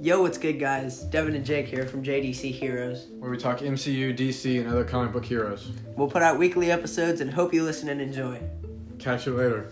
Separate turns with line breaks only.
Yo, what's good, guys? Devin and Jake here from JDC Heroes.
where we talk MCU, DC, and other comic book heroes.
We'll put out weekly episodes and hope you listen and enjoy.
Catch you later.